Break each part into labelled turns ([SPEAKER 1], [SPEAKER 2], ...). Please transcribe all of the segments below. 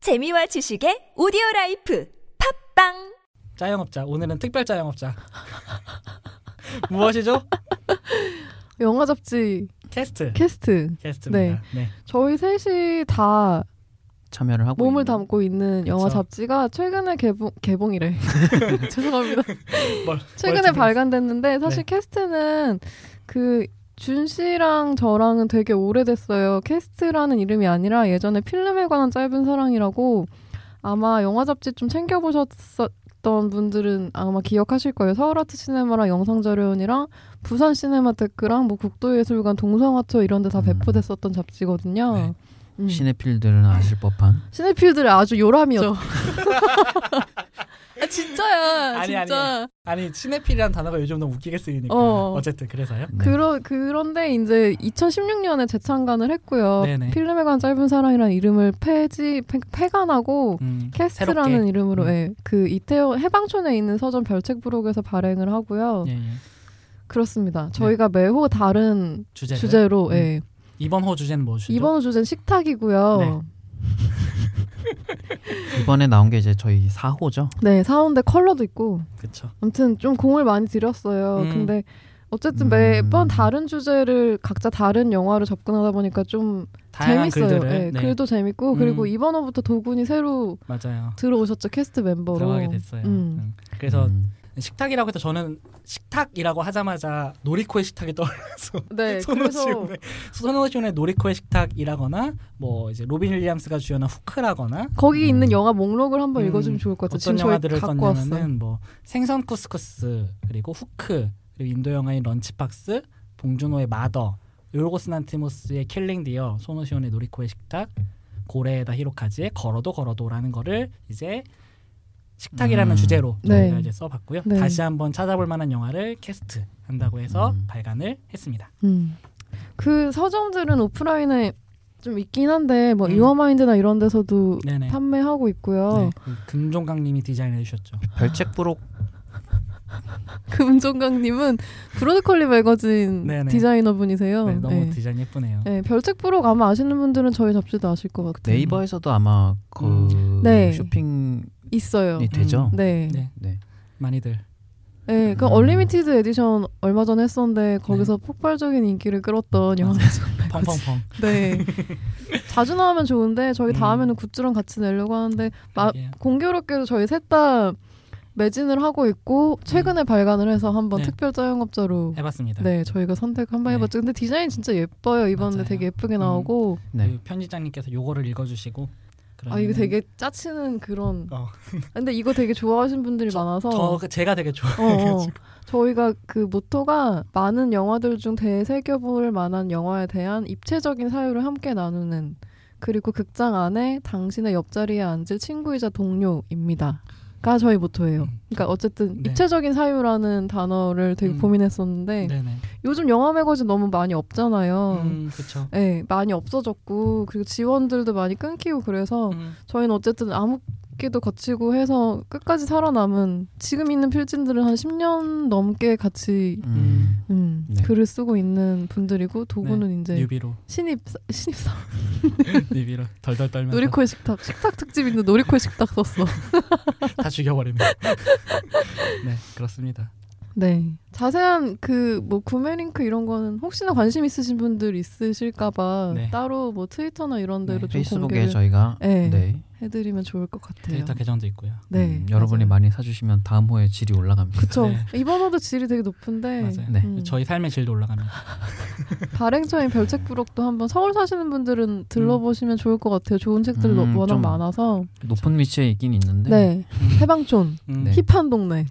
[SPEAKER 1] 재미와 지식의 오디오 라이프 팝빵
[SPEAKER 2] 짜영업자 오늘은 특별 짜영업자 무엇이죠?
[SPEAKER 3] 영화 잡지
[SPEAKER 2] 캐스트
[SPEAKER 3] 캐스트.
[SPEAKER 2] 캐스트입니다. 네.
[SPEAKER 3] 저희 셋이 다
[SPEAKER 4] 참여를 하고
[SPEAKER 3] 몸을
[SPEAKER 4] 있는.
[SPEAKER 3] 담고 있는 영화
[SPEAKER 2] 그쵸.
[SPEAKER 3] 잡지가 최근에 개봉 개봉이래. 죄송합니다.
[SPEAKER 2] 뭘-
[SPEAKER 3] 최근에
[SPEAKER 2] 뭘 지금-
[SPEAKER 3] 발간됐는데 사실
[SPEAKER 2] 네.
[SPEAKER 3] 캐스트는 그 준 씨랑 저랑은 되게 오래됐어요. 캐스트라는 이름이 아니라 예전에 필름에 관한 짧은 사랑이라고 아마 영화 잡지 좀 챙겨 보셨었던 분들은 아마 기억하실 거예요. 서울아트 시네마랑 영상자료원이랑 부산 시네마테크랑 뭐 국도예술관 동성아트 이런 데 다
[SPEAKER 4] 음.
[SPEAKER 3] 배포됐었던 잡지거든요.
[SPEAKER 2] 네.
[SPEAKER 3] 음.
[SPEAKER 4] 시네필들은 아실 법한.
[SPEAKER 3] 시네필드를 아주 요람이었죠. 아 진짜야,
[SPEAKER 2] 아니,
[SPEAKER 3] 진짜.
[SPEAKER 2] 아니 친해필이라는 단어가 요즘 너무 웃기게 쓰이니까
[SPEAKER 3] 어.
[SPEAKER 2] 어. 쨌든 그래서요.
[SPEAKER 4] 네.
[SPEAKER 3] 그러, 그런데 이제 2016년에 재창간을 했고요.
[SPEAKER 2] 네네.
[SPEAKER 3] 필름에 관한 짧은 사랑이라는 이름을 폐지 폐, 폐간하고
[SPEAKER 2] 음,
[SPEAKER 3] 캐스트라는
[SPEAKER 2] 새롭게.
[SPEAKER 3] 이름으로
[SPEAKER 2] 음.
[SPEAKER 3] 예, 그 이태원 해방촌에 있는 서점 별책 부록에서 발행을 하고요.
[SPEAKER 2] 예, 네. 예.
[SPEAKER 3] 그렇습니다. 저희가 매호 다른
[SPEAKER 2] 주제
[SPEAKER 3] 주제로 예.
[SPEAKER 2] 이번 호 음. 주제는 뭐죠?
[SPEAKER 3] 이번 주 주제는
[SPEAKER 2] 네.
[SPEAKER 3] 식탁이고요.
[SPEAKER 4] 이번에 나온 게 이제 저희 4호죠.
[SPEAKER 3] 네, 사운드 컬러도 있고
[SPEAKER 2] 그쵸.
[SPEAKER 3] 아무튼 좀 공을 많이 들였어요.
[SPEAKER 2] 음.
[SPEAKER 3] 근데 어쨌든
[SPEAKER 4] 음.
[SPEAKER 3] 매번 다른 주제를 각자 다른 영화로 접근하다 보니까 좀
[SPEAKER 2] 다양한
[SPEAKER 3] 재밌어요.
[SPEAKER 2] 글들을
[SPEAKER 3] 예,
[SPEAKER 2] 네,
[SPEAKER 3] 글도 재밌고 그리고
[SPEAKER 2] 음.
[SPEAKER 3] 이번 호부터 도군이 새로
[SPEAKER 2] 맞아요.
[SPEAKER 3] 들어오셨죠 캐스트 멤버로.
[SPEAKER 2] 들어가게 됐어요.
[SPEAKER 3] 음.
[SPEAKER 2] 음. 그래서
[SPEAKER 4] 음.
[SPEAKER 2] 식탁이라고 해서 저는 식탁이라고 하자마자 노리코의 식탁이 떠올라서
[SPEAKER 3] 네, 그래서
[SPEAKER 2] 손오시온의 손오시온의 노리코의 식탁이라거나 뭐 이제 로빈 윌리엄스가 주연한 후크라거나
[SPEAKER 3] 거기 있는
[SPEAKER 4] 음.
[SPEAKER 3] 영화 목록을 한번
[SPEAKER 2] 음,
[SPEAKER 3] 읽어주면 좋을 것 같아요.
[SPEAKER 2] 어떤
[SPEAKER 3] 지금 저희
[SPEAKER 2] 영화들을
[SPEAKER 3] 갖고 왔어.
[SPEAKER 2] 썼냐면은 뭐 생선 쿠스쿠스 그리고 후크 그리고 인도 영화인 런치박스 봉준호의 마더 요르고스 난티모스의 킬링 디어 소노시온의 노리코의 식탁 고레에다 히로카즈의 걸어도 걸어도라는 거를 이제 식탁이라는
[SPEAKER 4] 음.
[SPEAKER 2] 주제로
[SPEAKER 3] 네.
[SPEAKER 2] 저희가 이제 써봤고요
[SPEAKER 3] 네.
[SPEAKER 2] 다시 한번 찾아볼 만한 영화를 캐스트 한다고 해서
[SPEAKER 4] 음.
[SPEAKER 2] 발간을 했습니다
[SPEAKER 3] 음. 그 서점들은 오프라인에 좀 있긴 한데 뭐
[SPEAKER 2] 음.
[SPEAKER 3] 유어마인드나 이런 데서도
[SPEAKER 2] 네네
[SPEAKER 3] 판매하고 있고요.
[SPEAKER 2] 네, 그 금종강님이 디자인해 주셨죠
[SPEAKER 4] 별책 부록
[SPEAKER 3] 음. 금종강님은 그 브로드컬리 매거진
[SPEAKER 2] 네네.
[SPEAKER 3] 디자이너분이세요.
[SPEAKER 2] 네, 너무
[SPEAKER 3] 네.
[SPEAKER 2] 디자인 예쁘네요
[SPEAKER 3] 네, 별책 부록 아마 아시는 분들은 저희 잡지도 아실 것 같아요.
[SPEAKER 4] 네이버에서도 아마 그
[SPEAKER 2] 음.
[SPEAKER 3] 네.
[SPEAKER 4] 쇼핑이
[SPEAKER 3] 있어요.
[SPEAKER 4] 되죠.
[SPEAKER 3] 네.
[SPEAKER 2] 네.
[SPEAKER 3] 네.
[SPEAKER 4] 네.
[SPEAKER 2] 많이들 음.
[SPEAKER 3] 그 얼리미티드 에디션 얼마 전에 했었는데 거기서
[SPEAKER 2] 네.
[SPEAKER 3] 폭발적인 인기를 끌었던 영화.
[SPEAKER 2] 펑펑펑
[SPEAKER 3] 네. 자주 나오면 좋은데 저희
[SPEAKER 2] 음. 예.
[SPEAKER 3] 다음에는 굿즈랑 같이 내려고 하는데 마,
[SPEAKER 2] 그러게요.
[SPEAKER 3] 공교롭게도 저희 셋 다 매진을 하고 있고 최근에 발간을 해서 한번
[SPEAKER 2] 음. 네.
[SPEAKER 3] 특별 자영업자로
[SPEAKER 2] 해봤습니다
[SPEAKER 3] 네, 저희가 선택 한번
[SPEAKER 2] 네.
[SPEAKER 3] 해봤죠. 근데 디자인 진짜 예뻐요. 이번에
[SPEAKER 2] 맞아요.
[SPEAKER 3] 되게 예쁘게
[SPEAKER 2] 음.
[SPEAKER 3] 나오고
[SPEAKER 4] 네.
[SPEAKER 2] 그 편집장님께서 요거를 읽어주시고
[SPEAKER 3] 아 이거 되게 짜치는 그런.
[SPEAKER 2] 어.
[SPEAKER 3] 근데 이거 되게 좋아하신 분들이 많아서.
[SPEAKER 2] 저 음, 그 제가 되게 좋아
[SPEAKER 3] 어, 어. 저희가 그 모토가 많은 영화들 중 되새겨볼 만한 영화에 대한 입체적인 사유를 함께 나누는 그리고 극장 안에 당신의 옆자리에 앉을 친구이자 동료입니다. 가 저희 모토예요.
[SPEAKER 2] 음.
[SPEAKER 3] 그러니까 어쨌든
[SPEAKER 2] 네.
[SPEAKER 3] 입체적인 사유라는 단어를 되게
[SPEAKER 2] 음.
[SPEAKER 3] 고민했었는데
[SPEAKER 2] 네네
[SPEAKER 3] 요즘 영화 매거진 너무 많이 없잖아요.
[SPEAKER 2] 음 그쵸
[SPEAKER 3] 네, 많이 없어졌고 그리고 지원들도 많이 끊기고 그래서
[SPEAKER 2] 음,
[SPEAKER 3] 저희는 어쨌든 암흑기도 거치고 해서 끝까지 살아남은 지금 있는 필진들은 한 10년 넘게 같이
[SPEAKER 2] 그
[SPEAKER 4] 음.
[SPEAKER 3] 음,
[SPEAKER 4] 네.
[SPEAKER 3] 글을 쓰고 있는 분들이고 도구는 이제
[SPEAKER 2] 뉴비로
[SPEAKER 3] 신입 신입
[SPEAKER 2] 뉴비로 덜덜 떨면서
[SPEAKER 3] 놀이코의 식탁 식탁 특집인데 놀이코의 식탁 썼어.
[SPEAKER 2] 다 죽여버립니다 네 그렇습니다
[SPEAKER 3] 네. 자세한 그 뭐 구매 링크 이런 거는 혹시나 관심 있으신 분들 있으실까봐
[SPEAKER 2] 네.
[SPEAKER 3] 따로 뭐 트위터나 이런 데로
[SPEAKER 2] 네,
[SPEAKER 3] 좀
[SPEAKER 4] 페이스북에
[SPEAKER 3] 공개를
[SPEAKER 4] 저희가
[SPEAKER 3] 네.
[SPEAKER 4] 네.
[SPEAKER 3] 해드리면 좋을 것 같아요.
[SPEAKER 2] 데이터 계정도 있고요
[SPEAKER 3] 네,
[SPEAKER 4] 음, 여러분이
[SPEAKER 3] 맞아요.
[SPEAKER 4] 많이 사주시면 다음 호에 질이 올라갑니다.
[SPEAKER 3] 그쵸.
[SPEAKER 2] 네.
[SPEAKER 3] 이번 호도 질이 되게 높은데
[SPEAKER 2] 맞아요
[SPEAKER 4] 네.
[SPEAKER 3] 음.
[SPEAKER 2] 저희 삶의 질도 올라갑니다
[SPEAKER 3] 발행처인 별책부록도 한번 서울 사시는 분들은 들러보시면 좋을 것 같아요. 좋은 책들 로
[SPEAKER 4] 음,
[SPEAKER 3] 워낙
[SPEAKER 4] 좀
[SPEAKER 3] 많아서.
[SPEAKER 4] 높은 위치에 있긴 있는데.
[SPEAKER 3] 네. 해방촌,
[SPEAKER 2] 음,
[SPEAKER 4] 네.
[SPEAKER 3] 힙한 동네,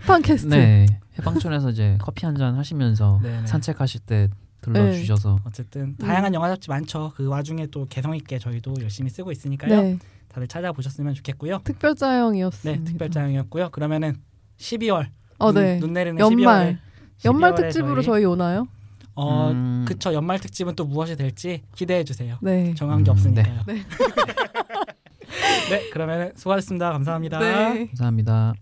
[SPEAKER 3] 힙한 캐스트.
[SPEAKER 4] 네. 해방촌에서 이제 커피 한 잔 하시면서
[SPEAKER 2] 네네.
[SPEAKER 4] 산책하실 때 들러 주셔서
[SPEAKER 3] 음.
[SPEAKER 2] 어쨌든 다양한 영화 잡지 많죠 그 와중에 또 개성 있게 저희도 열심히 쓰고 있으니까요
[SPEAKER 3] 네.
[SPEAKER 2] 다들 찾아보셨으면 좋겠고요
[SPEAKER 3] 특별자형이었습니다.
[SPEAKER 2] 네 특별자형이었고요 그러면은 12월
[SPEAKER 3] 어,
[SPEAKER 2] 눈,
[SPEAKER 3] 네.
[SPEAKER 2] 눈 내리는
[SPEAKER 3] 연말.
[SPEAKER 2] 12월에
[SPEAKER 3] 연말 특집으로
[SPEAKER 2] 저희
[SPEAKER 3] 저희, 오나요?
[SPEAKER 2] 어
[SPEAKER 4] 음,
[SPEAKER 2] 그쵸 연말 특집은 또 무엇이 될지 기대해 주세요.
[SPEAKER 3] 네.
[SPEAKER 2] 정한 게
[SPEAKER 4] 음,
[SPEAKER 2] 없으니까요.
[SPEAKER 3] 네.
[SPEAKER 2] 네, 그러면 수고하셨습니다. 감사합니다.
[SPEAKER 3] 네.
[SPEAKER 4] 감사합니다.